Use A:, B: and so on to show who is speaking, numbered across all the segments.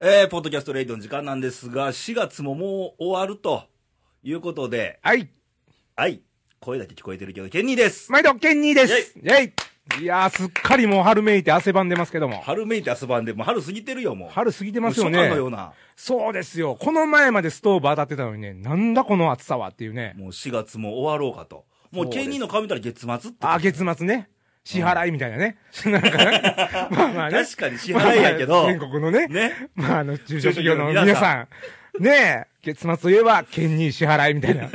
A: えー、ポッドキャストレイドの時間なんですが、4月ももう終わるということで、
B: はい。
A: はい、声だけ聞こえてるけど、ケンニーです。
B: 毎度、ケンニーです。イェイ。いやー、すっかりもう春めいて汗ばんでますけども。
A: 春めいて朝晩で、もう春過ぎてるよ、もう。
B: 春過ぎて
A: もう
B: ますよ
A: 初夏
B: ね
A: の。ような、
B: そうですよ。この前までストーブ当たってたのにね、なんだこの暑さはっていうね。
A: もう4月も終わろうかと。もう
B: そうです
A: ケンニーの顔見たら月末って。
B: あー、月末ね。支払いみたいなね。なんかね。まあまあね。
A: 確かに支払いやけ
B: まあ
A: ど、
B: まあ全国のね。
A: ね。
B: まあ、あの、中小企業の皆さん。ねえ、月末といえば、県に支払いみたいな。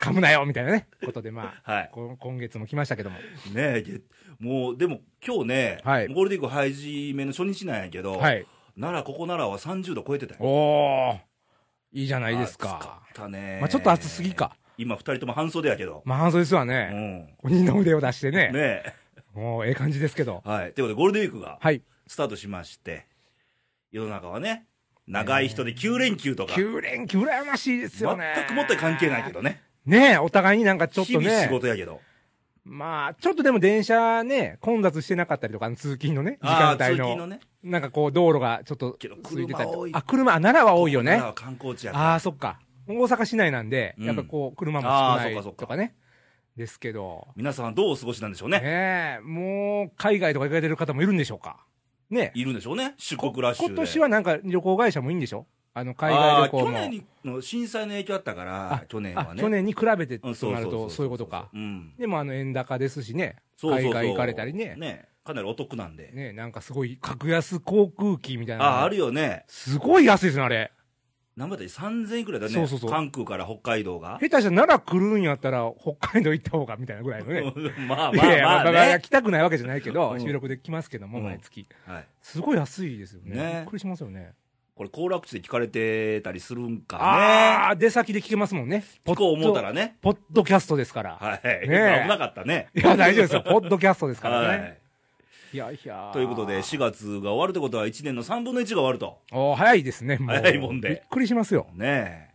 B: 噛むなよみたいなね。ことで、まあ、
A: はい
B: こ今月も来ましたけども。
A: ねえ、げもう、でも今日ね、
B: はい
A: ゴールデンウィーク配信目の初日なんやけど、
B: はい。
A: 奈良、ここ奈良は30度超えてたよ。
B: おー、いいじゃないです
A: 暑
B: か。
A: ったね。
B: まあ、ちょっと暑すぎ。か。
A: 今、二人とも半袖やけど。
B: まあ、半袖ですわ
A: う
B: ね。
A: ん。
B: 鬼の腕を出してね。
A: ねえ。
B: もう、ええ感じですけど。
A: はい。ということで、ゴールデンウィークが
B: はい。
A: スタートしまして、世の中はね、長い人で9連休とか、
B: 9連休羨ましいですよね。
A: 全くもって関係ないけどね、
B: ねえ、お互いになんかちょっ
A: 日
B: と
A: 々仕
B: ね。
A: 事やけど、
B: まあ、ちょっとでも電車ね、混雑してなかったりとか、通勤のね、時間
A: ああー、通
B: 帯
A: 勤の。
B: の
A: ね、
B: なんかこう、道路がちょっと
A: けど
B: 空いてたり
A: 車多
B: と
A: い
B: あ、車、あ奈良は多いよね。
A: 奈良は観光地やから、
B: ああ、そっか。大阪市内なんで、
A: うん
B: やっぱこう、車も
A: あ
B: 少
A: ーそっか
B: ない
A: そっか
B: とかね。ですけど、
A: 皆さんはどうお過ごしなんでしょうね、
B: ねえ、もう、海外とか行かれてる方もいるんでしょうか。ねえ。
A: いるんでしょうね、出
B: こ
A: 国ラッシュで。
B: 今年はなんか旅行会社もいいんでしょあの、海外
A: あ
B: 旅
A: ー
B: 行も。
A: 去年の震災の影響あったから
B: あ、
A: 去年は
B: あ
A: ね。
B: 去年に比べて
A: う
B: と
A: んそう
B: な
A: そう
B: る
A: そ
B: と、
A: う
B: そういうことか。
A: うん
B: でも、あの、円高ですしね。
A: そうそうそ
B: 海
A: う
B: 外行かれたりね。
A: ねかなりお得なんで、
B: ねえ、なんかすごい、格安航空機みたいなのが。
A: ああ、あるよね、
B: すごい安いですね、あれ。
A: 何倍だっけ3000いくらいだね、
B: そうそうそう
A: 関空から北海道が。
B: 下手したら奈良来るんやったら、北海道行った方がみたいなぐらいのね。
A: まあまあ
B: いやいや
A: まあね。
B: 来たくないわけじゃないけど、
A: うん
B: 収録で来ますけども、
A: うん
B: 毎月。
A: はい
B: すごい安いですよね。
A: ね
B: びっくりしますよね。
A: これ、行楽地で聞かれてたりするんか
B: あー、出先で聞けますもんね。
A: ね。聞こう思うたらね。
B: ポッドキャストですから。
A: はい。危
B: ねえ
A: なかったね。
B: い、や、大丈夫です よ。ポッドキャストですから
A: は
B: ね。
A: い。
B: い、やいや。
A: ということで、4月が終わるってことは、1年の3分の1が終わると。
B: おー早いですね、もう。
A: 早いもんで
B: びっくりしますよ。
A: ねえ。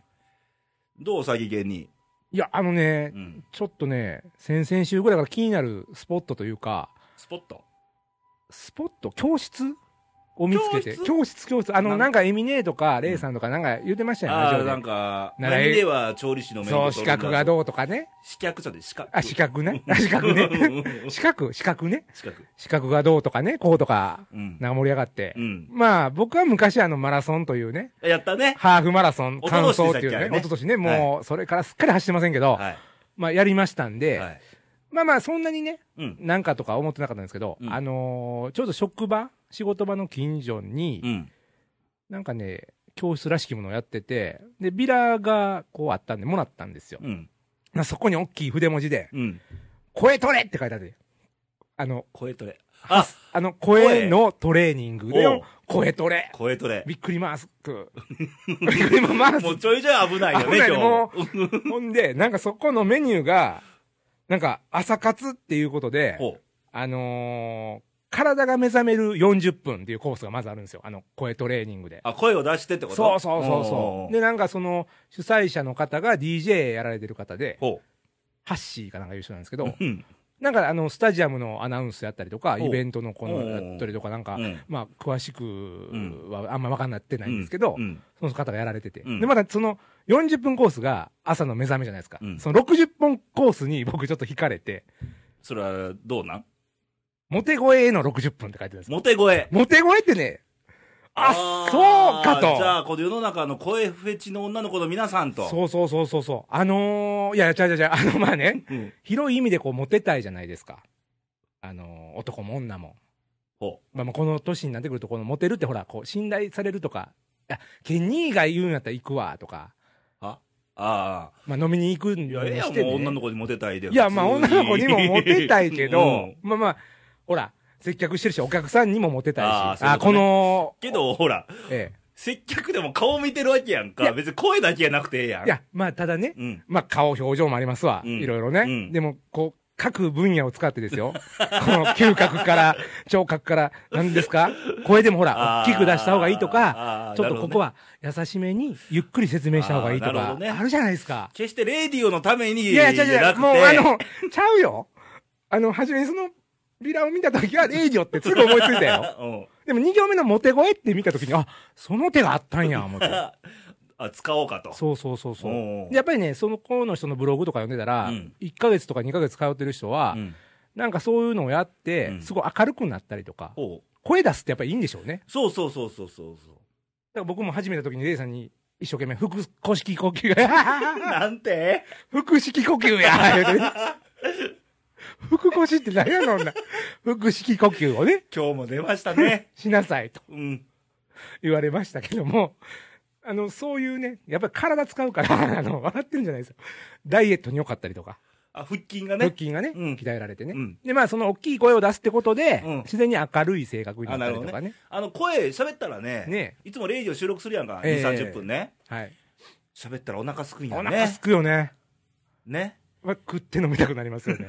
A: どう、詐欺芸に。
B: いや、あのね、
A: うん。
B: ちょっとね、先々週ぐらいから気になるスポットというか、
A: スポット。
B: スポット、教室を見つ
A: 教
B: けて。
A: 室
B: 教室、教室。あ
A: な
B: の、
A: ん
B: なんかエミネーとか、レイさんとかなんか言ってましたよね、ラジ
A: あ
B: オ
A: あ、
B: で
A: なんか、
B: 習い
A: 何では調理師の免許
B: そう、資格が
A: う
B: どうとかね。
A: 資格者で資格。
B: あ、資格ね。あ資格ね。
A: ね。
B: 資格、資格ね。
A: 資格。
B: 資格がどうとかね、こうとか、
A: うん。
B: なんか盛り上がって
A: う。ん。
B: まあ、僕は昔あのマラソンというね、
A: やったね。
B: ハーフマラソン
A: 一昨
B: 完
A: 年でしたっ
B: 走
A: け
B: っていう
A: あれ
B: ね、
A: ね
B: 一昨年ね、もう、それからすっかり走ってませんけど、
A: は
B: まあ、やりましたん
A: い。
B: で、
A: はい。
B: まあまあ、そんなにね、
A: うん。
B: なんかとか思ってなかったんですけど、
A: うん
B: あのーちょうど職場、仕事場の近所に、
A: うん。
B: なんかね、教室らしきものをやってて、で、ビラがこうあったんで、もらったんですよ。
A: うん。
B: まあそこに大きい筆文字で、
A: うん。
B: 声トレって書いてあって、あの、
A: 声トレ。あ
B: あの、声のトレーニングで
A: おう
B: の声トレ。
A: 声トレ。
B: びっくりマス ク。びっくりマス
A: もう
B: ク。
A: ちょいちょい危ないよね、
B: 危ない
A: 今
B: も ほんで、なんかそこのメニューが、なんか朝活っていうことで
A: 日。、ほう。
B: あのー体が目覚める40分っていうコースがまずあるんですよ。あの、声トレーニングで。
A: あ、声を出してってこと
B: そうそうそう
A: お
B: そう。
A: ー
B: で、なんかその、主催者の方が DJ やられてる方で、
A: ほ
B: ハッシーかなんかいう人なんですけど、
A: う。うん。
B: なんかあの、スタジアムのアナウンスやったりとか、
A: おう
B: イベントのこ
A: お
B: の
A: う
B: やったりとかなんか
A: う、ん
B: まあ、詳しくはあんま分かんなってないんですけど、
A: うん。
B: その方がやられてて。
A: うん
B: で、まだその40分コースが朝の目覚めじゃないですか。
A: うん
B: その60分コースに僕ちょっと惹かれて、
A: それは、どうなん
B: モテ声への60分って書いてたんですよ。
A: モテ声。
B: モテ声ってね、あ、
A: ー
B: そうか
A: じゃ
B: と。
A: あ、この世の中の声フェチの女の子の皆さんと。
B: そうそうそうそうそう。あのー、いや、違う違う違う、あの、まあね、
A: う。ん。
B: 広い意味でこう、モテたいじゃないですか。あのー、男も女も。
A: ほ
B: まあ、まあこの年になってくると、このモテるってほら、こう、信頼されるとか、いや、ケニーが言うんやったら行くわ、とか、
A: う。はああ。
B: まあ、飲みに行くに
A: い
B: し
A: や、ええやん、
B: て、
A: もう
B: ね。
A: 女の子にモテたいで。
B: いや、まあ、
A: 普
B: 女
A: 通に
B: の子にもモテたいけ
A: う
B: ど
A: ん、
B: まあまあ、ほら、接客してるし、お客さんにもモテたいし、
A: あ
B: あ
A: ーそういう
B: ー
A: こと
B: こ
A: ね
B: の、
A: けど、ほら、
B: え
A: 接客でも顔見てるわけやん
B: い
A: か。
B: や
A: 別に声だけやなくてええや
B: え
A: ん。
B: いや、まあ、ただね、
A: うん。
B: まあ、顔、表情もありますわ、
A: うん
B: いろいろね。
A: うん
B: でも、こう、各分野を使ってですよ。 この嗅覚から、聴覚から、何ですか声でもほら、
A: あー
B: 大きく出した方がいいとか、
A: あー
B: ちょっとここ。
A: なるほどね
B: は優しめに、ゆっくり説明した方がいいと
A: あーなる
B: か、
A: ほどね
B: あるじゃないですか。
A: 決してレディオのために。
B: いやいや、違う
A: じゃ
B: 違
A: な
B: う、
A: くて
B: もうあの、ちゃうよ。あの、初めにその、ビラを見たときは、営業ってすぐ思いつい たよ。
A: うん。
B: でも2行目のモテ声って見たときに、あ、その手があったんや、思って。
A: あ、使おうかと。
B: そうそうそうそう。
A: おうおう
B: でやっぱりね、その子の人のブログとか読んでたら、
A: うん
B: 1ヶ月とか2ヶ月通ってる人は、
A: ん。
B: なんかそういうのをやって、
A: うん
B: すごい明るくなったりとか、
A: ほう
B: 声出すってやっぱりいいんでしょうね。
A: そうそうそうそうそうそう。
B: だから僕も始めた時にレイさんに一生懸命、腹式呼吸 や、
A: なんて
B: 腹式呼吸や、言うてね。 腹腰って何やのんな。腹式呼吸をね、
A: 今日も出ました ね。
B: しなさいと
A: うん。
B: 言われましたけども、あの、そういうね、やっぱり体使うから、 あの、笑ってるんじゃないですよ。ダイエットに良かったりとか、
A: あ、腹筋が
B: 腹
A: ね。
B: 筋がね、
A: うん
B: 鍛えられてね。
A: うん
B: で、まあ、その大きい声を出すってことで、
A: うん
B: 自然に明るい性格にな
A: あ、
B: っ
A: な
B: た
A: る
B: り
A: ほ
B: と
A: ど
B: かね
A: ね。。あの、声喋ったらね、
B: ね
A: いつも0時を収録するやんか、
B: ええ
A: 2、30分ね。
B: はい。
A: 喋ったらお腹すくん
B: お
A: や
B: 腹
A: ね
B: す。くよね。
A: ね。
B: まあ、食って飲みたくなります よね。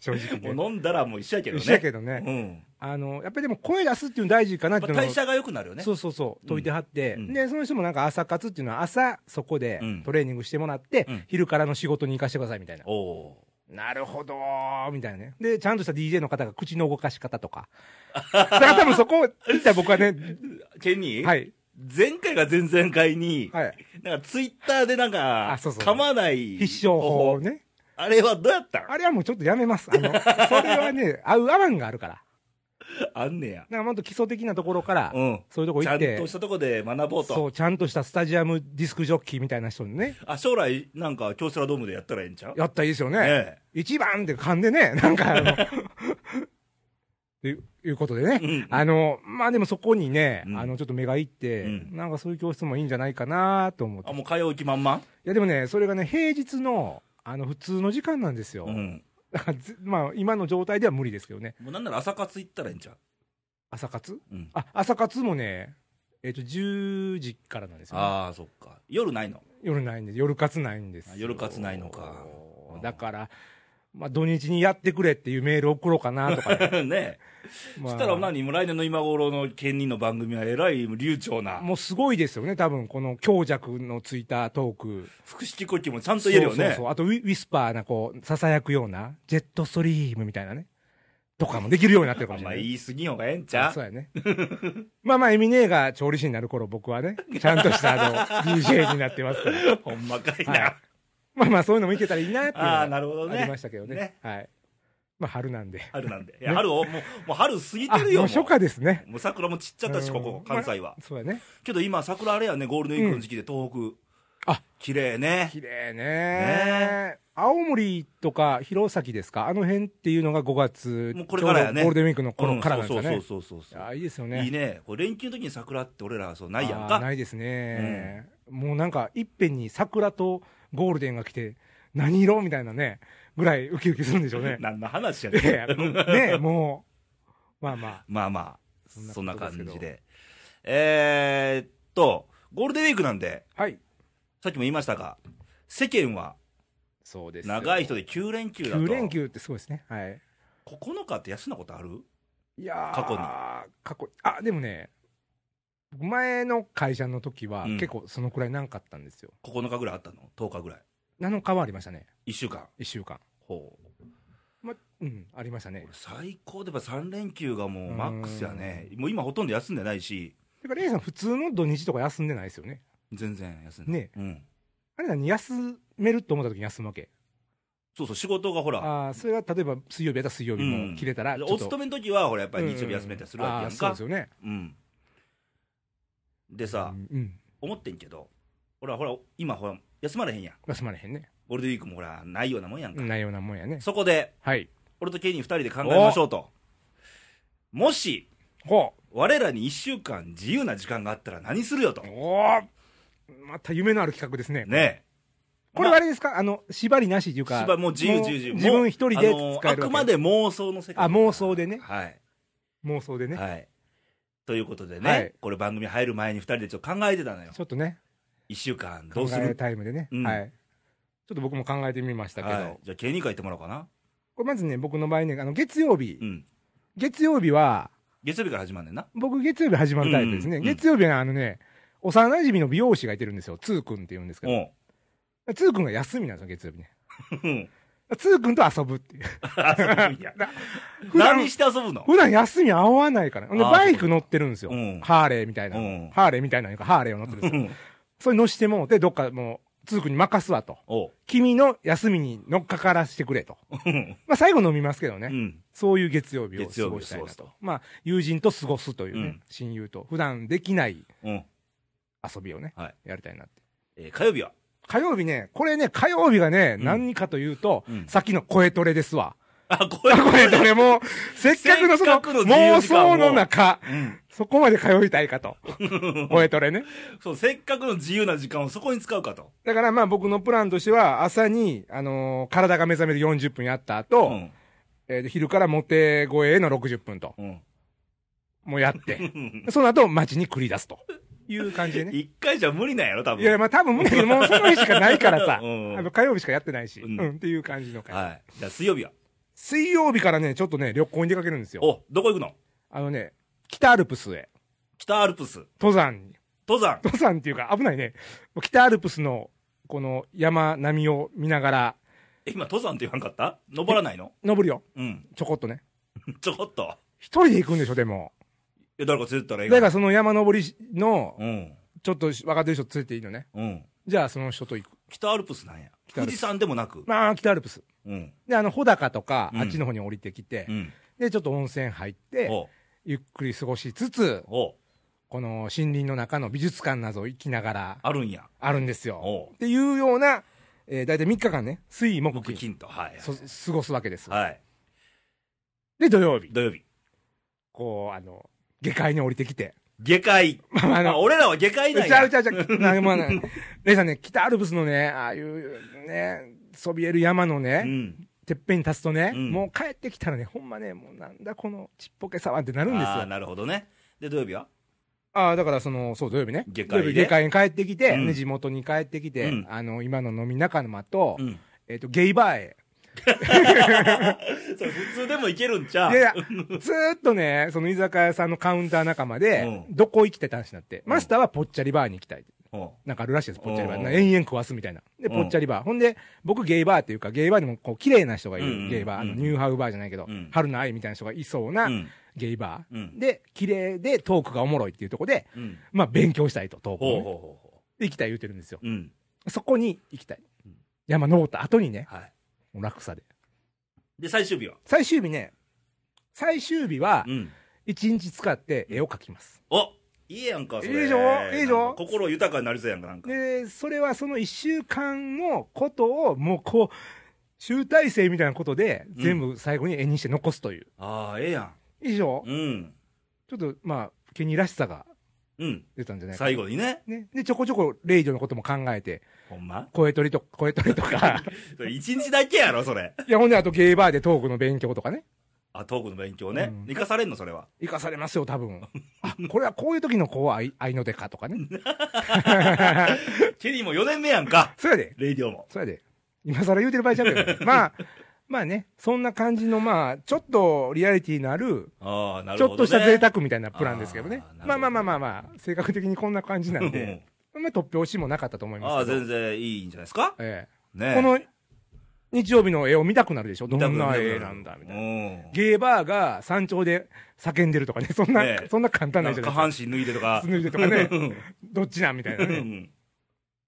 B: 正直ね。
A: もう飲んだらもう一緒やけどね。
B: 一緒やけどね
A: うん。
B: あの、やっぱりでも声出すっていうの大事かなっ
A: ま
B: て
A: あ
B: いうのも
A: 代謝が良くなるよね。
B: そうそうそう、解いてはって、
A: うん
B: で、その人もなんか朝活っていうのは朝そこで
A: うん
B: トレーニングしてもらって、
A: うん
B: 昼からの仕事に行かしてくださいみたいな。
A: おお
B: なるほどー、みたいなね。で、ちゃんとした DJ の方が口の動かし方とか。だから多分そこを、一体僕はね、
A: ー。ケニー、
B: はい。
A: 前回が前々回に、
B: はい。
A: なんかツイッターでなんか、
B: あそうそう
A: 噛まない。
B: 必勝法をね。
A: あれはどうやったん
B: あれはもうちょっとやめます。あの、それはね、合う合わんがあるから。
A: あんねや。
B: なんかもっと基礎的なところから、
A: うん。
B: そういうとこ
A: ち
B: 行
A: ゃ
B: っ
A: ん
B: て
A: と、したとこで学ぼうと。
B: そう、ちゃんとしたスタジアムディスクジョッキーみたいな人にね、
A: あ、将来、なんか、京セラドームでやったらええんちゃう
B: やったらいいですよね。
A: ね
B: 一番って噛んでね、 なんかあの、といういうことでね、
A: うん
B: あの、まあでもそこにね、
A: うん
B: あの、ちょっと目がいって、
A: うん
B: なんかそういう教室もいいんじゃないかなと思って。
A: あ、
B: い
A: もう通う気満々
B: やでもね、それがね、平日の、あの、普通の時間なんですよ。
A: うん。
B: だからずまあ、今の状態では無理ですけどね。
A: もうなんなら朝活行ったらええんちゃう
B: 朝活
A: うん。
B: あ、朝活もね、えっ、と、10時からなんですよ、ね。
A: ああ、そっか。夜ないの
B: 夜ないんです。夜活ないんですよ
A: あ。夜活ないのか
B: だから、まあ、土日にやってくれっていうメール送ろうかなとか、 ね。
A: ね
B: ま
A: そし
B: あ
A: たら何もう来年の今頃の県人の番組はえらい流暢な
B: もうすごいですよね、多分この強弱のついたトーク。
A: 腹式呼吸もちゃんと言えるよ
B: そうそう
A: ね
B: そうあとウィウィスパーな、こう、囁くような、ジェットストリームみたいなね。とかもできるようになってるかもしれ
A: ま
B: な
A: あ
B: い。
A: 言い過ぎんほうがええんちゃ
B: そう
A: う
B: やね。まあまあ、エミネーが調理師になる頃、僕はね、ちゃんとした、あの、DJ になってますから。
A: ほんまかい
B: はい
A: な。
B: まあまあ、そういうのもいけたらいいなっていうの
A: あ
B: が
A: あ、なるほど
B: ありま
A: ね
B: し。たけどね。
A: ね
B: はい。まあ、春なんで。
A: 春なんで。い
B: ね
A: や春を、もう、もう春過ぎ
B: あ、
A: て
B: も
A: る
B: う
A: よ。もう
B: 初夏ですね。
A: もう桜も散っちゃったし、こ
B: う
A: こ
B: ん、
A: 関西は。
B: そうやね。
A: けど今、桜あれやね、ゴールデンウィークの時期で東北。
B: あ
A: 綺麗ね。
B: 綺麗ね
A: ね
B: 青森とか弘前ですかあの辺っていうのが5月。
A: もうこれからやね
B: ちょうどゴールデンウィークの頃からなんです
A: そ
B: か
A: う
B: ね。
A: そうそうそうそう
B: いや、いいですよね。
A: いいね。これ連休の時に桜って俺ら、そう、ないやん
B: あー
A: か。。
B: ないですね。もうなんか、いっぺんに桜とゴールデンが来て、何色みたいなね、ぐらいウキウキするんでしょうね
A: 何の話や
B: い
A: ね
B: やいや
A: ん。
B: ねもう、まあまあ。
A: まあま
B: そん
A: あ、
B: な
A: そんな
B: ことですけ
A: 感
B: ど
A: じで。えー、っと、ゴールデンウィークなんで、
B: はい。
A: さっきも言いましたが、世間は
B: そうで
A: 長い人
B: で
A: で9連休だと。
B: 9連休ってすごいですね。はい。
A: 9日って休んだことある
B: いやー
A: 過去に
B: 過去あでもね前の会社の時は、
A: うん
B: 結構そのくらいなかったんですよ
A: ?9 日ぐらいあったの ?10 日ぐらい。
B: 7日はありましたね
A: 1週間。
B: 1週間
A: ほう。
B: まうんありましたね
A: 俺最高でやっぱ3連休がもうマックスやね。もう今ほとんど休んでないし、
B: だからレイさん普通の土日とか休んでないですよね
A: 全然休んでない。
B: ね
A: うん。
B: あれ何休めると思った時に休むわけ
A: そうそう、仕事がほら、
B: ああーそれが例えば水曜日やったら水曜日
A: うん
B: も切れたらちょっと、
A: お勤めの時はほらやっぱり日曜日休めたりするわけやん
B: あ
A: か
B: ー。そうですよね
A: うん。でさ
B: う、ん、うん、
A: 思ってんけど、ほらほら、今ほら、休まれへんやん。
B: 休まれへんね
A: ゴールデンウィークもほら、ないようなもんやんか。
B: ないようなもんやね
A: そこで、
B: はい
A: 俺とケニー二人で考えましょうと。もし、
B: ほう
A: 我らに一週間自由な時間があったら何するよと。
B: おーまた夢のある企画ですね
A: ね
B: これはあれですかあの、縛りなしというか。
A: 芝居もう自由自由自由。
B: 自分一人で使える
A: もう
B: わ
A: あの
B: け。
A: あくまで妄想の世界。
B: あ妄想でね
A: はい。
B: 妄想でね。
A: はい。ということでね、
B: はい
A: これ番組入る前に二人でちょっと考えてたのよ。
B: ちょっとね、
A: 一週間ど
B: 考
A: うす
B: え
A: る
B: タイムでね、
A: うん
B: はい。ちょっと僕も考えてみましたけど、
A: はい。じゃあ、ケニー書いてもらおうかな。
B: これまずね、僕の場合ね、あの、月曜日、
A: うん。
B: 月曜日は、
A: 月曜日から始まんねんな。
B: 僕月曜日始まるタイプですね。
A: うん
B: 月曜日はあのね、幼馴染の美容師がいてるんですよ。つーくんって言うんですけ
A: おう
B: ど。つーくんが休みなんですよ、月曜日ね。
A: うん。
B: つーくんと遊ぶっていう。
A: 遊ぶんや
B: 普 段
A: 何して遊ぶの
B: 普段休み合わないから。ほんで
A: あー
B: バイク乗ってるんですよ。
A: うん
B: ハーレーみたいな、
A: うん
B: ハーレーみたいなのか、ハーレーを乗ってるんです
A: う
B: よ。
A: ん
B: それ乗してもうて、どっかもう、つーくんに任すわと。
A: おう
B: 君の休みに乗っかからしてくれと。
A: うん
B: まあ最後飲みますけどね。
A: うん
B: そういう月曜日を
A: 月
B: 過
A: 曜日を
B: ごしたい
A: 過
B: な
A: ごす
B: と
A: と。
B: まあ、友人と過ごすというね、
A: うん
B: 親友と。普段できない
A: うん
B: 遊びをね、
A: はい
B: やりたいなって。
A: えー火曜日は
B: 火曜日ね、これね、火曜日がね、
A: うん
B: 何かというと、
A: うん
B: さっきの声トレですわ。
A: あこれ
B: 声トレも、せっかくのそ
A: せ
B: の
A: っかくの自由
B: 妄
A: 時間を
B: 想の中、
A: うん
B: そこまで通いたい かと。声トレね。
A: そうせっかくの自由な時間をそこに使うかと
B: だからまあ僕のプランとしては、朝に、あのー体が目覚める40分やった後、
A: うん
B: えー昼からモテ声への60分と、
A: うん
B: もうやって、その後街に繰り出すという感じでね。
A: 一回じゃ無理なんやろ多分
B: いや、まあ多分無理だけど、もうその日しかないからさ、
A: うん
B: あの火曜日しかやってないし、う
A: うん
B: ん、っていう感じの会、
A: はいじゃあ水曜日は
B: 水曜日からね、ちょっとね、旅行に出かけるんですよ。
A: おどこ行くの
B: あのね、北アルプスへ、
A: 北アルプス
B: 登山に。
A: 登山
B: 登山っていうか危ないね。北アルプスの、この山並みを見ながら、
A: え今登山って言わんかった登らないの
B: 登るよ。
A: うん
B: ちょこっとね。
A: ちょこっと
B: 一人で行くんでしょ、でも。
A: え誰か連れてったらいい
B: だからその山登りの、
A: うん
B: ちょっと分かってる人連れていいのね。
A: うん
B: じゃあその人と行く。
A: 北アルプスなんや
B: 北ア
A: 富
B: ルプ
A: 士山でもなく
B: まあ、北アルプス。
A: うん
B: で、あの、穂高とか、
A: うん
B: あっちの方に降りてきて、
A: うん
B: で、ちょっと温泉入って、
A: おう
B: ゆっくり過ごしつつ、
A: おう
B: この森林の中の美術館などを行きながら、
A: あるんや
B: あるんですよ。
A: おう
B: っていうような、えー、大体3日間ね、水木
A: 木
B: 金、
A: 金とはい
B: そ過ごすわけです。
A: はい
B: で、土曜日、
A: 土曜日
B: こう、あの、下界に降りてきて、
A: 下界
B: まあまあ、あ
A: あ
B: の、
A: 俺らは下界
B: ち
A: なん
B: ゃう
A: や
B: ちゃうちゃう、なまあな、レイさんね、北アルプスのね、ああいう、ね、そびえる山のね、
A: うん
B: てっぺんに立つとね、
A: うん
B: もう帰ってきたらね、ほんまね、もうなんだこのちっぽけさはってな
A: あ
B: るんですよ
A: ー。なるほどねで土曜日は
B: ああ、だからその、そう、土曜日ね。
A: 下界
B: 土曜日
A: で
B: 下界に帰ってきて、
A: うん
B: ね地元に帰ってきて、
A: うん
B: あの、今の飲み仲間と、
A: うん
B: えっ、と、ゲイバーへ。
A: それ普通でもいけるんちゃう
B: で、ずーっとね、その居酒屋さんのカウンター仲間で、
A: う
B: どこ行きたいって話になって、
A: ん
B: マスターはぽっちゃりバーに行きたい。
A: おう
B: なんかあるらしいです、ぽっちゃりバー。
A: うん
B: なんか延々食わすみたいな。で、
A: うん
B: ぽっちゃりバー。ほんで、僕ゲイバーっていうか、ゲイバーにもこう、綺麗な人がい
A: うん
B: る。ゲイバー。あの、
A: うん
B: ニューハウバーじゃないけど
A: うん、
B: 春の愛みたいな人がいそうな
A: うん
B: ゲイバ
A: う
B: ー。
A: ん
B: で、綺麗でトークがおもろいっていうとこで、
A: うん
B: まあ、勉強したいと、トーク
A: ほうほ
B: を
A: うほ
B: ね。
A: うほ
B: で行きたい言うてるんですよ。
A: ううん
B: そこに行きたい
A: うん。
B: 山登った後にね、
A: はい
B: もう落差で。
A: で最終日は
B: 最終日ね、最終日は
A: う、ん
B: 一日使って絵を描きます。
A: おいいやんかそれ
B: いいでしょいいでしょ
A: なんか心豊かになりそうやんかなんか
B: で、それはその一週間のことを、もうこう、集大成みたいなことで、
A: うん
B: 全部最後に絵にして残すという。
A: ああええやん
B: 以上、
A: うん
B: ちょっと、まあ、ケニーらしさが
A: うん
B: 出たんじゃないかな。
A: 最後に ね
B: ね。で、ちょこちょこ、レイジョのことも考えて、
A: ほんま
B: 声取りと、声取りとか、
A: それ一日だけやろそれ
B: いや、ほんで、あとゲイバーでトークの勉強とかね、
A: あトークの勉強ね
B: うん
A: 生かされんのそれは
B: 生かされますよ、多分。あ、これはこういう時のこう、愛、愛の出かとかね。
A: ケリーも4年目やんか
B: そやで。
A: レイディオも
B: そやで。今更言うてる場合ちゃうけど ね。まあ、まあね、そんな感じの、まあ、ちょっとリアリティのある、
A: ああな
B: ち
A: る
B: ょ
A: ほ
B: っ
A: ど
B: と
A: ね
B: した贅沢みたいなプランですけど
A: あー
B: ね
A: なるほ。ど
B: まあまあまあまあまあ、性格的にこんな感じなんで、まあ、突拍子もなかったと思い
A: うんあ
B: ま
A: あ
B: すけど
A: 全。然いいんじゃないですか
B: ええ
A: ね
B: この日曜日の絵を見たくなるでしょ。どん
A: 見た
B: な
A: くる
B: 絵なんだ、みたいな。
A: うん
B: ゲーバーが山頂で叫んでるとかね、そんな
A: ねえ、
B: そんな簡単
A: な
B: なん
A: ん
B: じ
A: か
B: ゃな
A: 下
B: い
A: 半
B: で
A: 身脱い
B: す
A: でとか
B: か。脱いでとかね
A: う、ん
B: どっちなんみたいな
A: う
B: ね。
A: ん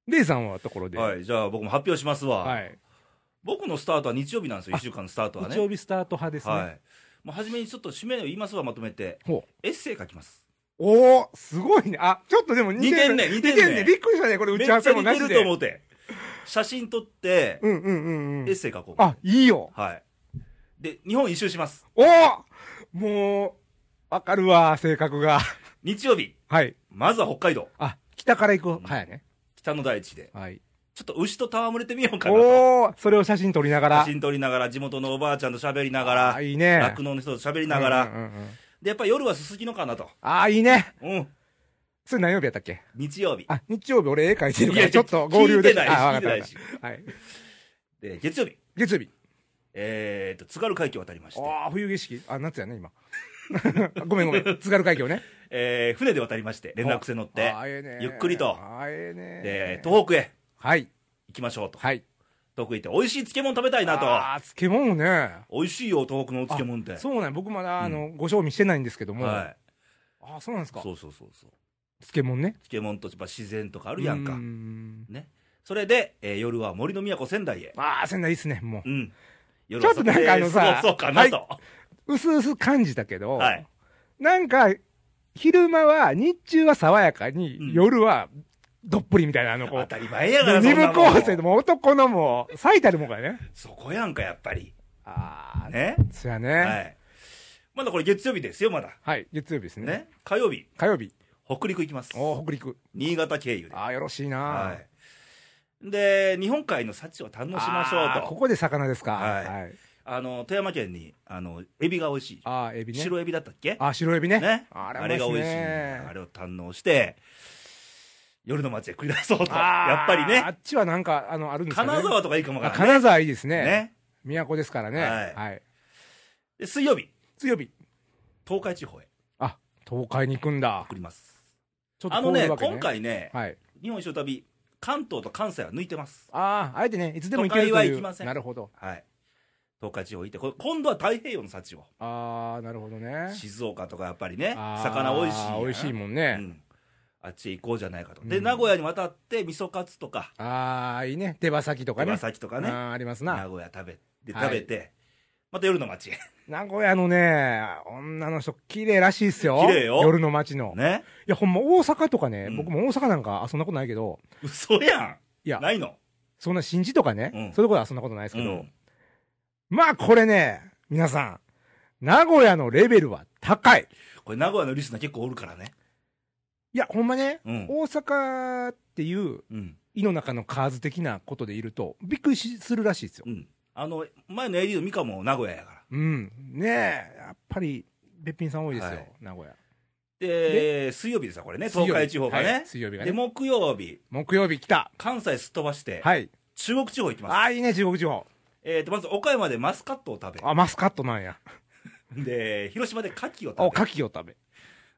B: レイさんはところで。
A: はいじゃあ僕も発表しますわ
B: はい。
A: 僕のスタートは日曜日なんですよ、1週間のスタートはね。
B: 日曜日スタート派です
A: は
B: ね。
A: い。もう初めにちょっと締めを言いますわ、まとめて。
B: ほう。
A: エッセイ書きます。
B: おおすごいね。あ、ちょっとでも似てる。
A: 似てんね似てんね
B: びっくりしたね。これ打
A: めっ
B: ち
A: ち
B: 合
A: ゃ
B: わせも
A: 似
B: な
A: て
B: し
A: ると
B: で
A: 思。って。写真撮って、
B: うんうんうんう
A: エッ
B: ん。
A: セイ書こう。
B: あ、いいよ。
A: はい。で、日本一周します。
B: おーもう、わかるわ、性格が。
A: 日曜日、
B: はい。
A: まずは北海道、
B: あ、北から行く。はいね。
A: 北の大地で、
B: はい。
A: ちょっと牛と戯れてみようかなと。
B: おーそれを写真撮りながら。
A: 写真撮りながら、地元のおばあちゃんと喋りなが
B: あ
A: ら、
B: いいね。
A: 酪農の人と喋りながら、
B: うんうんうん
A: で、やっぱ夜はすすきのかなと。
B: あ、いいね。
A: うん。
B: それ何曜日やったっけ
A: 日曜日。
B: あ、日曜日俺絵描いてる
A: い
B: から、
A: や
B: ちょっと合流で
A: 聞い
B: き
A: てな
B: た。
A: い
B: あ、
A: 聞
B: わ
A: いて
B: か
A: な
B: っ
A: い
B: た
A: し。
B: はい。
A: で、月曜日、
B: 月曜日。
A: えーと、津軽海峡を渡りまして、
B: ああ、冬景色。あ、夏やね、今。 ごめんごめん。津軽海峡ね。
A: えー、船で渡りまして、連絡船乗って、
B: あーええね
A: ゆっくりと
B: あーええね
A: で東北へ
B: はい。
A: 行きましょうと、
B: はい。
A: 得意って、美味しい漬物食べたいなと。
B: ああ、漬物ね。
A: 美味しいよ、東北のお漬物って。
B: そうね、僕まだ、あ
A: う
B: の、ご賞味してないんですけども。
A: は
B: あ
A: い。
B: あ、そうなんですか。
A: そうそうそうそう。
B: 漬物ね。
A: 漬物とやっぱ自然とかあ
B: あ
A: るやんか。ね。それで、えー夜は森の都仙台へ。
B: ああ、仙台いいっすね、も
A: うん。夜
B: ちょっとなんかあのさ
A: そうそうかなと。
B: う。うすうす感じたけど、
A: はい。
B: なんか、昼間は、日中は爽やかに、
A: うん
B: 夜は、どっぷりみたいな、あの、こ
A: 当
B: う。
A: たり前やから、
B: 二部構成
A: で
B: で
A: もん。
B: もう男のもう、最たるもんからね。
A: そこやんか、やっぱり。
B: ああ、
A: ね。
B: そや
A: は
B: ね。
A: い。まだこれ月曜日ですよ、まだ。
B: はい、月曜日ですね。
A: ね。火曜日、
B: 火曜日。
A: 北陸行きます。
B: おー北陸。
A: 新潟経由で。
B: ああ、よろしいな。
A: はい。で、日本海の幸を堪能しましょ
B: あー
A: う。
B: ことこで魚ですか。
A: はい
B: はい。
A: あの、富山県に、あの、エビが美味しい。
B: ああ、エビね。
A: 白エビだったっけ
B: あー、白エビね。
A: ね。
B: あ
A: あ
B: れ
A: れが美味しいんだよ。あれを堪能して、夜の街へ繰り出そうと。やっぱり
B: あー
A: ね。
B: あっちはなんか、あの、あるんですかね。
A: 金沢とかいいかもわ
B: あ
A: からない。
B: 金沢いいですね。
A: ね。
B: 都ですからね。
A: はい
B: はい。
A: で、水曜日、
B: 水曜日。
A: 東海地方へ
B: あ、東海に行くんだ。
A: 送ります。
B: ちょっと
A: あ
B: こ
A: の
B: うい
A: ね、
B: うわけ
A: 今。回ね、
B: はい。
A: 日本一周旅、関東と関西は抜いてます。
B: ああ、あえてね、いつでも行けるという。
A: 都会は行きません
B: なるほど。
A: はい。東海地方行って、これ今度は太平洋の幸を。
B: ああ、なるほどね。
A: 静岡とかやっぱりね、
B: あー
A: 魚美味しいやん。
B: 美味しいもん
A: う
B: ね。
A: ん。あっちへ行こうじゃないかと。で、
B: うん
A: 名古屋に渡って、味噌カツとか、
B: ああ、いいね。手羽先とかね。
A: 岩崎とか
B: あ
A: ね、
B: ーありますな。
A: 名古屋食べ、で
B: はい
A: 食べて、また夜の街へ。
B: 名古屋のね、女の人、綺麗らしいっすよ。
A: 綺麗よ
B: 夜の街の。
A: ね。
B: いや、ほんま大阪とかね、
A: うん
B: 僕も大阪なんか、あ、そんなことないけど、
A: 嘘や
B: いや
A: ん。、ないの。
B: そんな新地とかね、
A: うん
B: そういうことはそんなことないです
A: う
B: けど、
A: ん。
B: まあこれね、皆さん、名古屋のレベルは高い。
A: これ名古屋のリスナー結構おるからね。
B: いや、ほんまね、
A: うん
B: 大阪っていう、
A: うん。
B: 井の中のカーズ的なことでいると、びっくりしするらしいですよ
A: う。ん。あの、前の AD のミカも名古屋やから。
B: うん。ねえ、やっぱり、べっぴんさん多いですよ、
A: はい
B: 名古屋。
A: で、水曜日ですわ、これね、
B: 水曜日
A: 東海地方が
B: は
A: ね
B: い。水曜日が
A: で、
B: ね。
A: 木曜日、
B: 木曜日来た。
A: 関西すっ飛ばして、
B: はい。
A: 中国地方行き
B: あ
A: ます。
B: あ、いいね、中国地方。
A: えーと、まず岡山でマスカットを食
B: あ、マスカットなんや。
A: べ、で、広島で牡蠣を
B: お、
A: 食べ、
B: 牡蠣を食べ。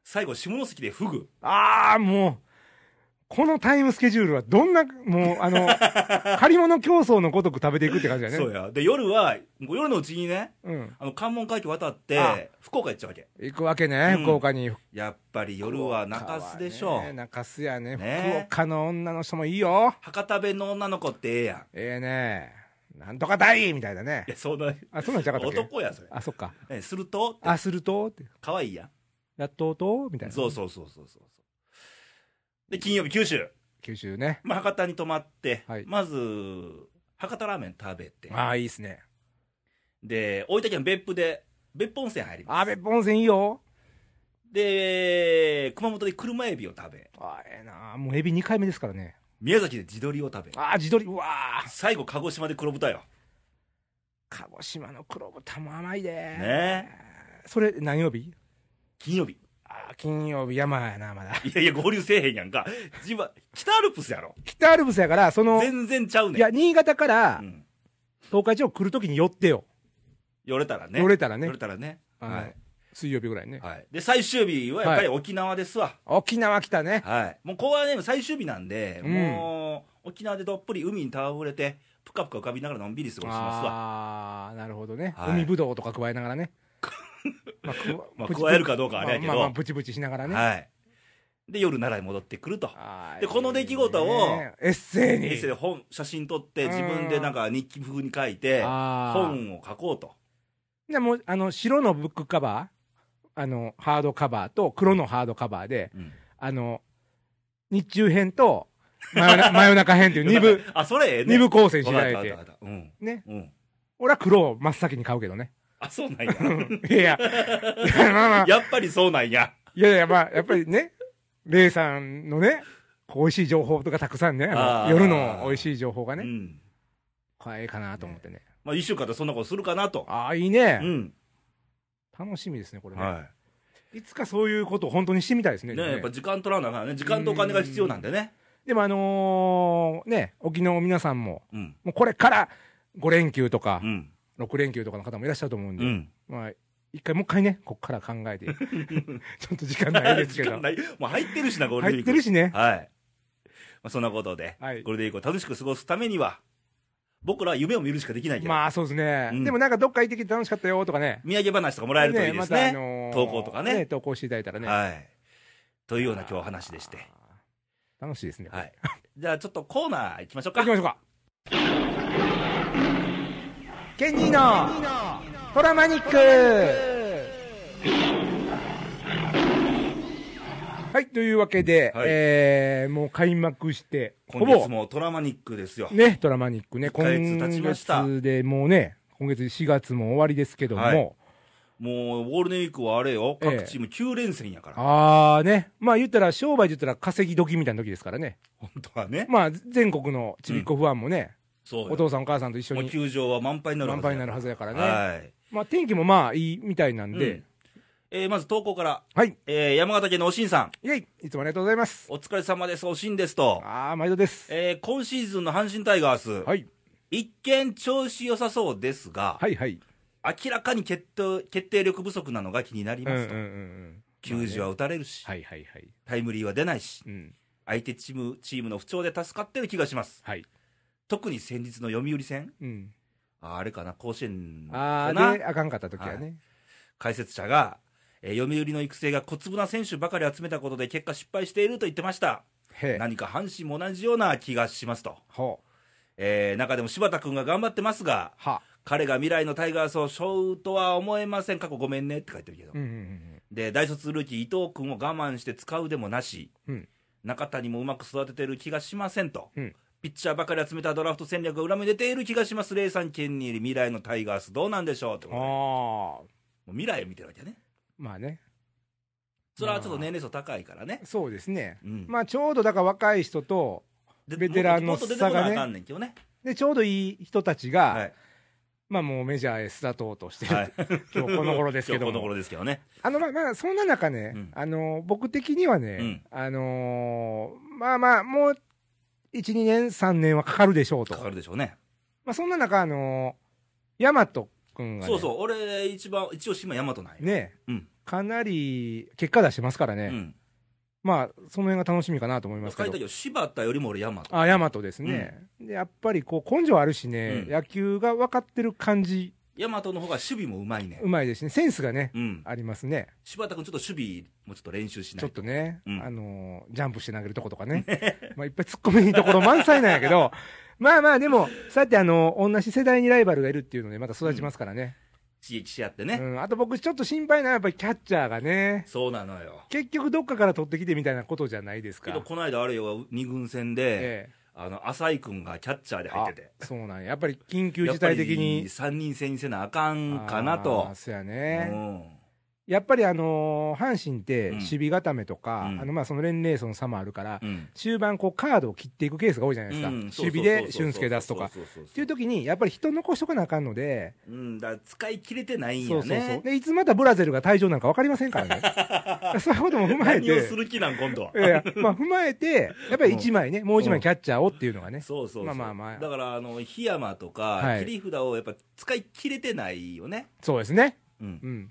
A: 最後、下関でフグ。
B: ああ、もう、このタイムスケジュールはどんな、もう、あ の、借り物競争のごとく食べていくって感じだね。
A: そうや。で、夜は、もう夜のうちにね、
B: うん。
A: あの、関門海峡渡っ
B: あ
A: て、福岡行っちゃうわけ。
B: 行くわけね、
A: うん
B: 福岡に。
A: やっぱり夜は中洲でしょ
B: 福岡はね中洲やね。
A: ね
B: 福岡の女の人もいいよ。
A: 博多弁の女の子ってええやん。
B: ええね。なんとか大みたいなね
A: い。や、そんな、
B: あ、そんなんじゃなかったっけ
A: 男や、それ。
B: あ、そっか。
A: ねするとって、
B: あ、するとって。
A: 可愛いやん。
B: 納豆とみたいな。
A: そうそうそうそうそう。で、金曜日、九州。
B: 九州ね。
A: まあ、博多に泊まって、
B: はい
A: まず、博多ラーメン食べて、
B: ああ、いいっすね。
A: で、大分県別府で、別府温泉入ります。
B: あ、別府温泉いいよ。
A: で、熊本で車エビを食べ、
B: あ、ええな。もうエビ2回目ですからね。
A: 宮崎で地鶏を食べ、
B: あ、地鶏。うわー
A: 最後、鹿児島で黒豚よ。
B: 鹿児島の黒豚も甘いで。
A: ね
B: それ、何曜日
A: 金曜日。
B: あ、金曜日山やな、まだ。
A: いやいや、合流せえへんやんか。自分は、北アルプスやろ。
B: 北アルプスやから、その、
A: 全然ちゃうねん。
B: いや、新潟から
A: うん。
B: 東海地方来るときに寄ってよ。
A: 寄れたらね。
B: 寄れたらね
A: 寄れ。たらね。
B: あの
A: はい。
B: 水曜日ぐらいね。
A: はい。で、最終日はやっぱり沖縄ですわ。
B: 沖縄来たね。
A: はい。もうここはね、最終日なんで、
B: うん
A: もう、沖縄でどっぷり海に戯れて、ぷかぷか浮かびながらのんびり過ごしますわ。
B: ああ、なるほどね。
A: はい
B: 海ぶどうとか加えなが らね。まあ、
A: まあ
B: くわ
A: 加えるかどうかはあれやけど
B: まあまあ、ブチブチしながらね。
A: はい。で、夜奈良に戻ってくると。
B: あー
A: で
B: いいね
A: この出来事を
B: エッセイに。
A: エッセイで本、写真撮って、自分でなんか日記風に書いて、
B: あー
A: 本を書こうと。
B: でもう、あの、白のブックカバー、あの、ハードカバーと、黒のハードカバーで、
A: うん
B: あの、日中編と、真夜な真夜中編っていう 二部、。
A: あ、それええね。
B: 二部構成していた
A: わか
B: だ
A: った
B: い
A: わかってたわ。かった。うん。
B: ね。
A: うん。
B: 俺は黒を真っ先に買うけどね。
A: あ、そう なんや。
B: いやいや、いやまあまあ
A: やっぱりそうなんや。
B: いやいや、まあ、やっぱりね、レイさんのね、こう美味しい情報とかたくさんね、あ
A: あ
B: の
A: ー
B: 夜の美味しい情報が
A: う
B: ね、
A: ん。
B: これええかなと思ってね。
A: まあ、一週間でそんなことするかなと。
B: ああ、いいうね。
A: ん。
B: 楽しみですね、これね。
A: はい
B: つかそういうことを本当にしてみたいですね。
A: い。
B: でも
A: ね
B: ね
A: やっぱ時間取らなあからね。時間とお金が必要なんでね。
B: でもあのーね、沖縄の皆さんも、
A: うん。
B: もうこれから5連休とか
A: う、ん。
B: 6連休とかの方もいらっしゃると思うん
A: う
B: で、
A: ん。
B: まあ、一回もう一回ね、こっから考えて、 ちょっと時間ないですけ
A: 時
B: ど
A: 間、ないもう入ってるしな、ゴールデンウィ
B: 入っ
A: ーク。
B: てるしね。
A: はい。まあ、そんなことで、
B: はい
A: ゴールデンウィークを楽しく過ごすためには、僕らは夢を見るしかできないけど、
B: まあそうですね、
A: うん
B: でもなんかどっか行ってきて楽しかったよとかね。
A: 土産話とかもらえるといいですね、
B: またあのー
A: 投稿とかね
B: 投稿していただいたらね。
A: はい。というような今日お話でして。
B: あー。楽しいですね。
A: はい。じゃあちょっとコーナー行きましょう
B: 行
A: か
B: き。ましょうか。ケニーのトラマニックはい、というわけで、
A: はい
B: えー、もう開幕して、ほ
A: 今
B: ぼ
A: 月、もトラマニックですよ。
B: ね、トラマニックね、
A: 一ヶ月経ちました
B: 今月でもうね、今月4月も終わりですけども、
A: はいもうゴールデンウィークはあれよ、各チーム9連戦やから、
B: あーね、まあ言ったら商売で言ったら稼ぎ時みたいな時ですからね。
A: 本当はね。
B: まあ全国のちびっこファンもね、
A: そう
B: お
A: よ。
B: 父さんお母さんと一緒
A: もう
B: に
A: 球場は満杯になる
B: 満杯になるはずやからね。
A: はい。
B: まあ天気もまあいいみたいなんで、
A: うんえーまず投稿から、
B: はい。
A: えー山形県のおしんさん、
B: イェイいつもありがとうございます。
A: お疲れ様です、おしんですと、
B: ああ、毎度です。
A: えー今シーズンの阪神タイガース、
B: はい。
A: 一見調子良さそうですが、
B: はいはい。
A: 明らかに決定決定力不足なのが気になり
B: うんうん
A: ます
B: うん
A: と、
B: うん。
A: 球児は打たれるし、
B: はいはいはい。
A: タイムリーは出ないし、
B: うん。
A: 相手チームチームの不調で助かってる気がします、
B: はい。
A: 特に先日の読売戦、
B: うん。
A: ああれかな、甲子園
B: あ
A: か
B: あ、
A: な
B: で、、あかんかった時はね。
A: 解説者が、えー読売の育成が小粒な選手ばかり集めたことで、結果失敗していると言ってました、
B: へえ。
A: 何か阪神も同じような気がしますと、
B: ほう。
A: えー中でも柴田君が頑張ってますが、
B: は。
A: 彼が未来のタイガースを背負うとは思えません、過去ごめんねって書いてるけど
B: う、んうん
A: で大卒ルーキー、伊藤君を我慢して使うでもなし、
B: うん。うん。
A: 中谷もうまく育ててる気がしませんと、
B: うん
A: ピッチャーばかり集めたドラフト戦略が裏目に出ている気がします、レイさん、ケンニー未来のタイガース、どうなんでしょうってことでも
B: ああ。
A: う未来を見てるわけね、
B: まあね。
A: それはちょっと年齢層高いからね、
B: そうですね。
A: うん
B: まあちょうどだから若い人と、
A: で
B: ベテランの
A: もっと出てこ
B: 差が
A: な
B: ね
A: あかんねんけどね、
B: で、ちょうどいい人たちが、
A: はい
B: まあもうメジャーへ巣立とうとしてる、
A: はい、
B: 今日この頃ですけ
A: 今
B: ど
A: 日この
B: も。
A: 頃ですけどね、
B: あの、まあ、まあ、そんな中ね、
A: うん
B: あの、僕的にはね、
A: うん
B: あのーまあまあ、もう、1、2年、3年はかかるでしょうと。
A: かかるでしょうね。
B: まあ、そんな中、あのー、ヤマト君がね、
A: そうそう、俺、一番、一応、島大和なんよ。
B: ね、
A: うん
B: かなり、結果出してますからね、
A: うん。
B: まあ、その辺が楽しみかなと思います
A: 書
B: け
A: いた
B: ど
A: け。ど、柴田よりも俺、大和。
B: あ、ヤマトですね。で、やっぱり、こう、根性あるしね、
A: うん
B: 野球が分かってる感じ、
A: 大和の方が守備もうまいね
B: う。まいですしね、センスがね、
A: うん。
B: ありますね。
A: 柴田君、ちょっと守備もちょっと練習しない
B: ちょっとね、
A: うん
B: あのージャンプして投げるとことかね、まあいっぱい突っ込みところ満載なんやけど、 まあまあ、でも、そうやってあの同じ世代にライバルがいるっていうので、また育ちますからね、
A: 刺激し合って
B: う
A: ね。
B: んあと僕、ちょっと心配なのは、やっぱりキャッチャーがね、
A: そうなのよ。
B: 結局、どっかから取ってきてみたいなことじゃないです
A: け
B: か。
A: ど、この間あれよ、二軍戦で、
B: ええ
A: あの、浅井君がキャッチャーで入ってて。
B: そうなんや、やっぱり緊急事態的に。
A: 3人戦にせなあかんかなと
B: あー。そうや
A: う
B: ね、
A: ん。
B: やっぱりあのー阪神って
A: うん
B: 守備固めとか、
A: うん
B: あのまあその年齢層の差もあるから、
A: うん。
B: 終盤、こうカードを切っていくケースが多いじゃないですか、
A: うん
B: 守備で俊介出すとか、。
A: そうそうそうそうそうそう
B: っていう時に、やっぱり人残しとかなあかんので、
A: うん、だから使い切れてないん
B: そう
A: や
B: そうそう
A: ね。
B: でいつまたブラゼルが退場なんか分かりませ んからね、そういうことも踏まえ
A: 何を
B: て
A: す、る気なん、今度は。
B: ええまあ、踏まえて、やっぱり1枚ね、もう1枚キャッチャーをっていうのがね、
A: そうそうそう
B: まあまあまあ
A: だからあの檜山とか、
B: はい
A: 切り札をやっぱ使い切れてないよね、
B: そうですね、
A: うん、
B: うん、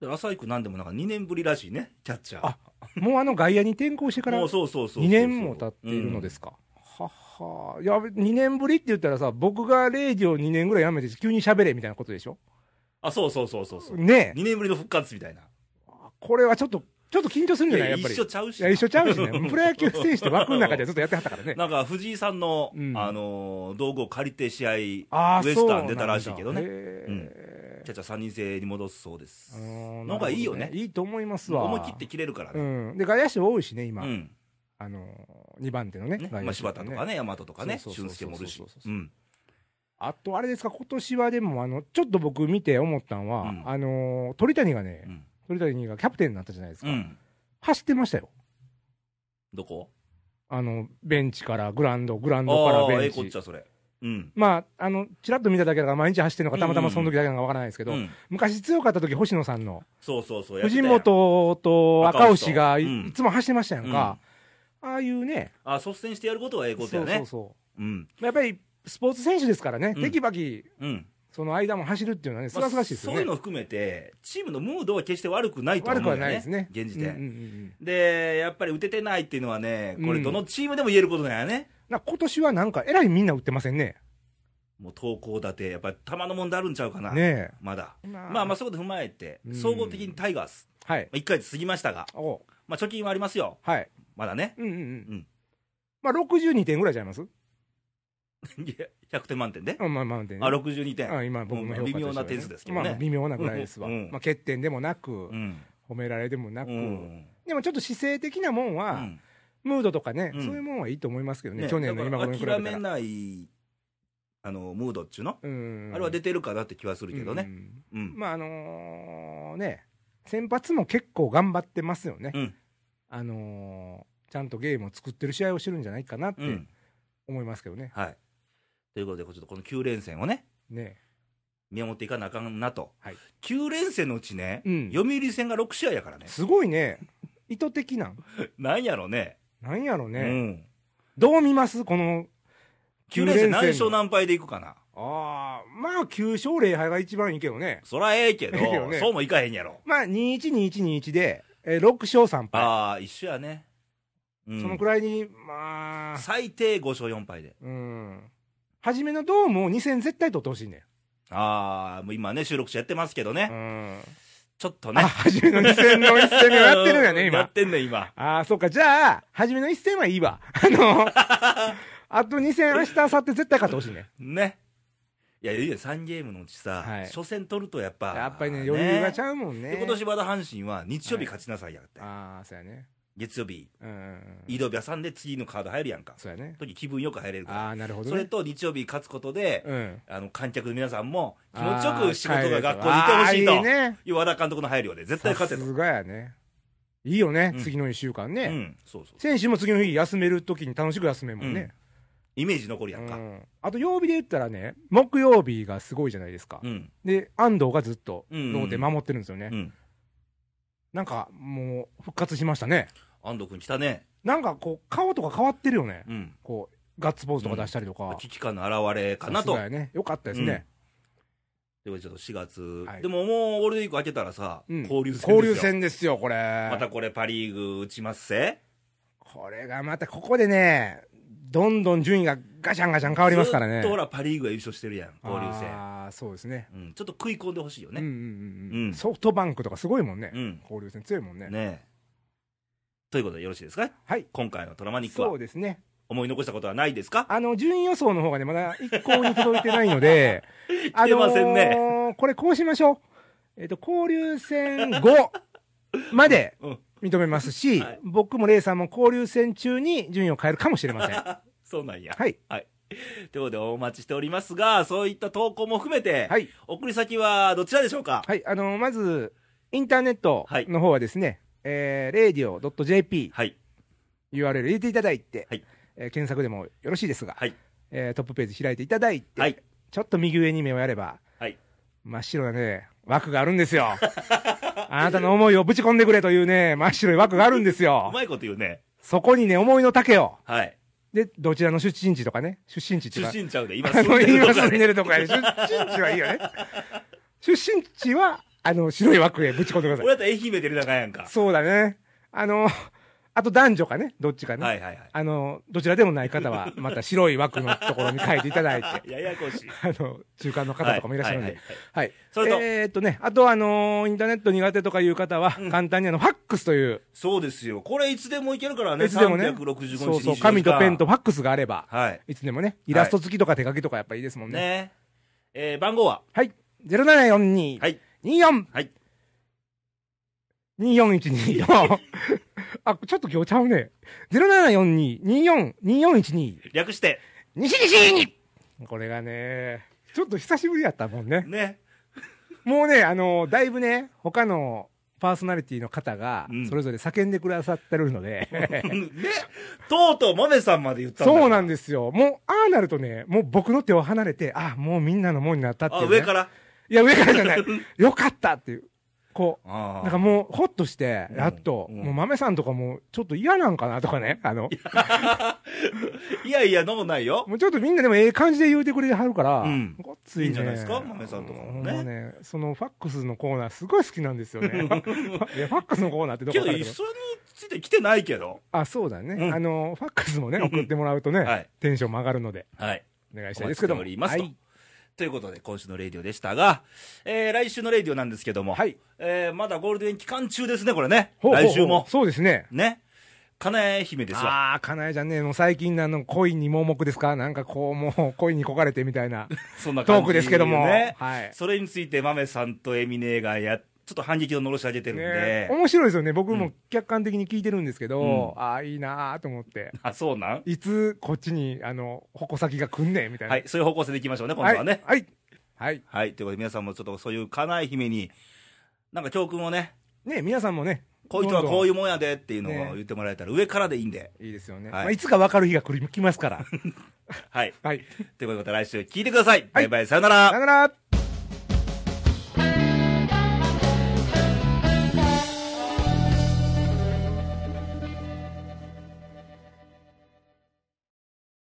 A: だから浅井君なんでもなんか2年ぶりらしいねキャッチャー
B: あもうあの外野に転向してから
A: もう
B: 2
A: そうそうそうそう
B: 年も経っているのですか。ははやべ2年ぶりって言ったらさ、僕がレディオ2年ぐらいやめて、急に喋れみたいなことでしょ、
A: うんあそうそうそうそうそう
B: ねえ、
A: 2年ぶりの復活みたいな
B: これはちょっと、ちょっと緊張するんじゃない、やっぱり。
A: 一緒ちゃうし
B: いや一緒ちゃうしね、プロ野球選手って枠の中ではずっとやってはったからね。
A: なんか藤井さんの、
B: うん
A: あのー道具を借りて試合キ
B: ああ
A: ウエスタン出たらしいけどね
B: ね
A: ャッチャー3人制に戻すそうです
B: の
A: のがいいよね
B: いいと思いますわ。
A: 思い切って切れるから
B: う
A: ね、
B: ん。で、外野手多いしね、
A: う
B: 今。
A: ん
B: あのー、2番手のね。
A: ね
B: 外
A: ま
B: 野
A: あ、
B: 手
A: 柴田とか。ね大和とかね
B: そうそう
A: 俊
B: そうそ
A: 介
B: う
A: もおるし
B: そうそう
A: う
B: そうんあと、あれですか、今年はでも、あの、ちょっと僕見て思ったのは、
A: うん
B: あのー、鳥谷がね
A: う、ん
B: 鳥谷がキャプテンになったじゃないです
A: う
B: か。
A: ん
B: 走ってましたよ。
A: どこ
B: あの、ベンチからグラウンド、グラウン
A: あ
B: ドから
A: あーえ
B: ベ
A: え
B: ン
A: こっ
B: チ
A: ち。ゃそれうん
B: まあ、あの、ちらっと見ただけだから、毎日走ってるのか、たまたまその時だけなのかわからないですけど、
A: うん
B: 昔強かった時、星野さんの、
A: そうそうそう。やってた
B: 藤
A: やん
B: 本と赤星が
A: 赤星とうん
B: いいつも走ってましたやんか、ああいうね、
A: あ、率先してやることはええことやね。
B: そうそう
A: うん。
B: そうやっぱりスポーツ選手ですからね、
A: うん
B: テキパキ
A: うん。
B: その間も走るっていうのはね、すがすがしいです
A: まあそうい
B: よ
A: う
B: ね、
A: の含めて、チームのムードは決して悪くないと思う
B: 悪
A: よ、
B: く
A: ね。
B: はないですね、
A: 現時
B: うん
A: 点。
B: うんうん
A: で、やっぱり打ててないっていうのはね、こ
B: う
A: れ
B: ん
A: どのチームでも言えることだよね。
B: なんか今年はなんか、えらいみんな打ってませんね、
A: もう投稿立て、やっぱり球の問題あるんちゃうかな、
B: ね
A: まだ。
B: え。ま
A: まあまあ、そういうこと踏まえて
B: う、ん
A: 総合的にタイガース、
B: あ、はい。
A: まあ、1回で過ぎましたが、
B: おう
A: まあ、貯金はありますよ、
B: はい。
A: まだね、
B: うんうんう
A: うんん。
B: まあ、62点ぐらいちゃいます
A: いや100点満点で、
B: うんまあ、満点ね。
A: あ62点、
B: あ今僕の評価としてはね
A: 微妙な点数ですけどね
B: まあ、微妙なぐらいですわ、
A: うん
B: まあ、欠点でもなく、
A: うん、
B: 褒められでもなく、
A: うん、
B: でもちょっと姿勢的なもん
A: う
B: は、
A: ん
B: ムードとかね、
A: うん
B: そういうもんはいいと思いますけどね、去年の今頃に比べた
A: だからら諦めないあのムードっちゅうの、
B: うん
A: あれは出てるかなって気はするけど
B: う
A: ね、
B: ん
A: うん
B: まああのーね先発も結構頑張ってますよね、
A: うん
B: あのーちゃんとゲームを作ってる試合をしてるんじゃないかなっ
A: う
B: て
A: ん
B: 思いますけどね、
A: はい。ということで、ちょっとこの9連戦をね、
B: ね
A: 見守っていかなあかんなと、
B: はい
A: 9連戦のうちね、
B: うん
A: 読売戦が6試合やからね、
B: すごいね意図的なん
A: なんやろね、
B: なんやろ
A: う
B: ね、
A: ん、
B: どう見ますこの
A: 9連戦、何
B: 九
A: 勝
B: の
A: 何敗でいくかな、
B: ああまあ9勝0敗が一番いいけどね
A: そらええけど、
B: ええけどね
A: そうもいかへんやろ、
B: まあ212121で、えー、6勝3敗
A: ああ、一緒やね、うん
B: そのくらいにまあ
A: 最低5勝4敗で、
B: うん初めのドームを2戦絶対取ってほしいんだよ、
A: ああ、もう今ね、収録中やってますけどね、
B: うん、
A: ちょっと
B: あ
A: ね、
B: 初めの2戦の1戦をやってるんやね
A: やっ
B: 今
A: てんねん、今。
B: ああそうかじゃあ初めの1戦はいいわ あのあと2戦明日明後日絶対勝ってほしいね
A: ね。いや、いいよ、3ゲームのうちさ、
B: はい
A: 初戦取るとやっぱ、
B: やっぱりね余裕がちゃうもんね
A: で今年まだ阪神は日曜日勝ちなさいやって、
B: ああそうやね
A: 月曜日、
B: うんうんうん
A: 移動日挟んで次のカード入るやんか、
B: そうやね
A: 時気分よく入れるか
B: ああなるほ
A: ら、
B: ど、ね、
A: それと日曜日勝つことで、
B: うん
A: あの観客の皆さんも気持ちよく仕事が学校に
B: あー
A: いてほしいと、
B: ね
A: いう和田監督の配慮で、絶対勝て
B: さ
A: と、
B: すがやね。いいよね、
A: うん
B: 次の1週間
A: う
B: ね、
A: ん、そうそう、
B: 選手も次の日休めるときに楽しく休めるもんね。
A: イメージ残る
B: う
A: やんか、
B: んあと曜日で言ったらね、木曜日がすごいじゃないですか。
A: うん、
B: で、安藤がずっと
A: うん
B: ローテ守ってるんですよね。
A: うん、
B: なんかもう復活しましたね。
A: 安藤君来たね、
B: なんかこう、顔とか変わってるよね。
A: うん、
B: こう、ガッツポーズとか出したりとか。
A: 危機感の表れかな
B: さす
A: と
B: が。やね。よかったですね。
A: ということでちょっと4月、
B: はい
A: でももうゴールデンウィーク明けたらさ、
B: うん
A: 交流戦ですよ
B: 交流戦ですよ、これ。
A: またこれパ・リーグ打ちますせ
B: これがまたここでね、どんどん順位がガシャンガシャン変わりますからね。
A: ずっとほらパ・リーグが優勝してるやん交流戦、
B: ああ、そうですね。
A: うん、ちょっと食い込んでほしいよ
B: うん
A: ね
B: うんうん
A: う
B: うんん、ソフトバンクとかすごいもんね、
A: うん、
B: 交流戦強いもんね。
A: ねえということでよろしいですか
B: はい、
A: 今回のトラマニック
B: そ
A: は
B: うですね、
A: 思い残したことはないですか
B: あの順位予想の方がね、まだ一向に届いてないので、
A: 来てませんね
B: あのーこれ、こうしましょう、えっと交流戦5まで
A: うん
B: 認めますし、
A: はい
B: 僕もレイさんも交流戦中に順位を変えるかもしれませ ん。は
A: そうなんや
B: い、
A: ということでお待ちしておりますがそういった投稿も含めて、
B: はい
A: 送り先はどちらでしょうか
B: はいあのーまず、インターネットの方はですね、えー、radio.jp、
A: はい、
B: URL 入れていただいて、
A: はい
B: えー検索でもよろしいですが、
A: はい
B: えートップページ開いていただいて、
A: はい
B: ちょっと右上に目をやれば、
A: はい
B: 真っ白なね、枠があるんですよ。 あなたの思いをぶち込んでくれというね、真っ白い枠があるんです
A: う
B: よ。
A: まいこと言うね
B: そこにね、思いの丈を。
A: はい
B: で、どちらの出身地とかね、出身地と
A: 出
B: か。
A: 身ちゃう で今
B: あ
A: 住
B: の
A: んでる
B: 今
A: とか
B: 住ん
A: ね
B: でるとかね、出身地はいいよね。出身地は、あの、白い枠へぶち込んでくださ
A: 俺だったら愛媛出る仲やんか
B: い。そうだね。あの、あと男女かね、どっちかね。
A: はいはいは
B: あの、どちらでもない方は、また白い枠のところに書いていただいて、あ
A: いややこしい
B: の、中間の方とかもいらっしゃるん
A: は
B: で
A: は。はいはい
B: はい。
A: それと
B: えーっとね、あとあのーインターネット苦手とかいう方は、簡単にあの、ファックスという、
A: そうですよこれいつでもいけるからね
B: いつでもね、
A: 365日
B: そうそう、
A: 24
B: 紙とペンと
A: 時
B: ファックスがあれば、
A: 間はい
B: いつでもね、イラスト付きとか手書きとかやっぱいいですもんね。
A: ねえー番号は
B: はい。0742、
A: はい
B: 24、
A: はい
B: 24124。あ、ちょっと今日ちゃうね。0742、24、2412。
A: 略して
B: 西西にこれがね、ちょっと久しぶりやったもんね。
A: ね
B: もうね、あのだいぶね、他のパーソナリティの方が
A: うん、
B: それぞれ叫んでくださってる ので、
A: ねとうとう豆さんまで言ったんだ
B: そうなん
A: で
B: ですよ。もう、ああなるとね、もう僕の手を離れて、あもうみんなのもんになったっていう、
A: あ
B: ね。
A: 上から
B: いや、上からじゃない。 よかったっていう。こ う。
A: あ
B: なんかもう、ほっとして、
A: うん
B: やっと、
A: うん
B: もう、豆さんとかも、ちょっと嫌なんかなとかね、あの、
A: いやいや飲むないよ
B: もうちょっとみんなでもええ感じで言うてくれてはるから、
A: うん
B: ごっつい、ね、
A: いいんじゃないですか豆さんとかもね
B: ほまね、そのファックスのコーナーすごい好きなんです よね。いや、ファックスのコーナーってど
A: け
B: こ
A: ど
B: か
A: 一緒についてきてないけど
B: あ、そうだね、
A: うん
B: あの、ファックスもね、送ってもらうとね、
A: はい
B: テンションも上がるので、
A: はい
B: お願いし
A: お
B: た
A: 待
B: い
A: ち
B: です
A: して
B: けど
A: お
B: も。
A: ります
B: は
A: と
B: い。
A: ということで、今週のレイディオでしたが、えー来週のレイディオなんですけども、
B: はい
A: えーまだゴールデン期間中ですね、これね。
B: ほうほうほ
A: 来
B: う
A: 週も。
B: そうですね。
A: ね。かなえ姫ですわ。
B: ああ、かなえじゃんねもう最近のあの恋に盲目ですかなんかこう、もう 恋に焦がれてみたいな
A: そんな感
B: ト
A: じ、
B: ークですけども。
A: ね
B: はい。
A: それについて、豆さんとエミネがや、ちょっと反撃をのろし上げてるんで。
B: ね面白いですよね。僕
A: う
B: も客観的に聞いてるんですけど、
A: う
B: ああ、いいなーと思って。
A: あ、そうなん
B: いつこっちに、あの、矛先が来んねんみたいな。
A: はい、そういう方向性でいきましょうね、今度はね。
B: はい。はい。はい。
A: はい、ということで皆さんもちょっとそういう家内姫に、なんか教訓をね、
B: ね皆さんもね。
A: こういう人はこういううもんやでっていうのを
B: ね
A: 言ってもらえたら上からでいいん で。
B: いいですよね。
A: はい
B: いまあ、いつか分かる日 が来る来ますから。
A: はい。
B: はい。
A: ということで来週聞いてください。バイバイ、さよな
B: さ
A: ら
B: よ。なら